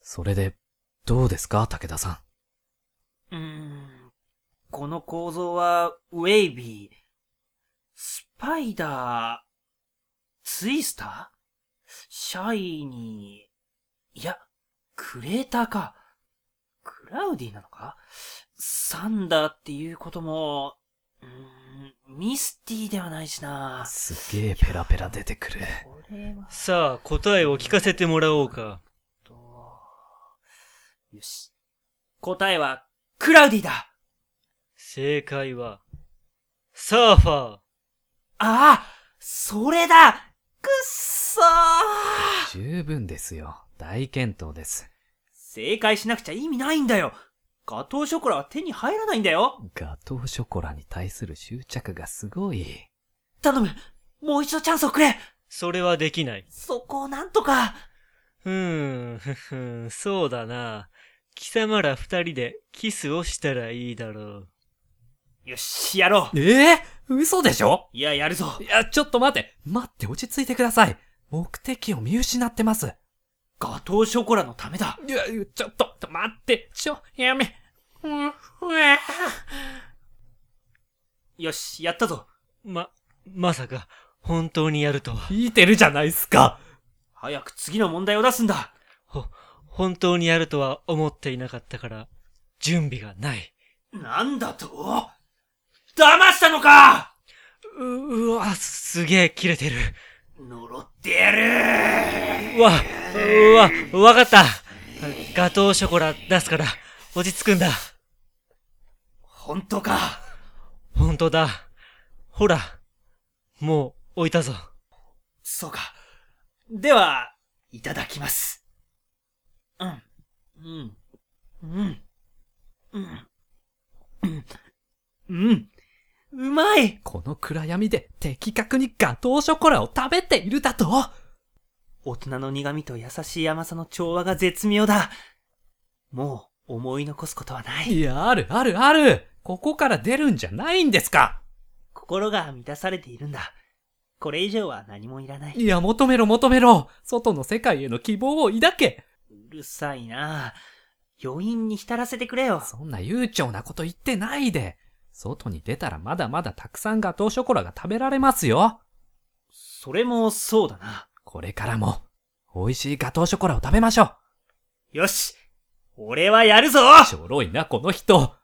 それで、どうですか、武田さ。。うーん。この構造は、ウェイビー、スパイダー、ツイスターシャイニー、いや、クレーターか。クラウディなのかサンダーっていうことも、うーん、ミスティではないしなんすげえペラペラ出てくる。これはさあ、答えを聞かせてもらおうか。と、よし。答えは、クラウディだ正解は、サーファー。ああそれだくっそー十分ですよ。大健闘です。正解しなくちゃ意味ないんだよガトーショコラは手に入らないんだよガトーショコラに対する執着がすごい。頼むもう一度チャンスをくれそれはできない。そこをなんとかうーん、ふふん、そうだな。貴様ら二人でキスをしたらいいだろう。よし、やろうええ嘘でしょいや、やるぞいや、ちょっと待て待って、落ち着いてください目的を見失ってます。ガトーショコラのためだいや、ちょっと、待って、ちょ、やめ。うん、うわよし、やったぞま、まさか、本当にやるとは。聞いてるじゃないっすか。早く次の問題を出すんだほ、本当にやるとは思っていなかったから、準備がない。なんだと騙したのかう、うわ、すげえ切れてる。呪ってやるうわ、うわ、わかった。ガトーショコラ出すから、落ち着くんだ。本当か本当だ。ほら、もう置いたぞ。そうか。では、いただきます。うん。うん。うん。うん。うん。うん。うまいこの暗闇で的確にガトーショコラを食べているだと大人の苦味と優しい甘さの調和が絶妙だ。もう、思い残すことはない。いや、あるあるあるここから出るんじゃないんですか心が満たされているんだ。これ以上は何もいらない。いや、求めろ求めろ外の世界への希望を抱けうるさいな余韻に浸らせてくれよ。そんな悠長なこと言ってないで外に出たらまだまだたくさんガトーショコラが食べられますよそれもそうだな。これからも、美味しいガトーショコラを食べましょよし俺はやるぞうちょろいな、この人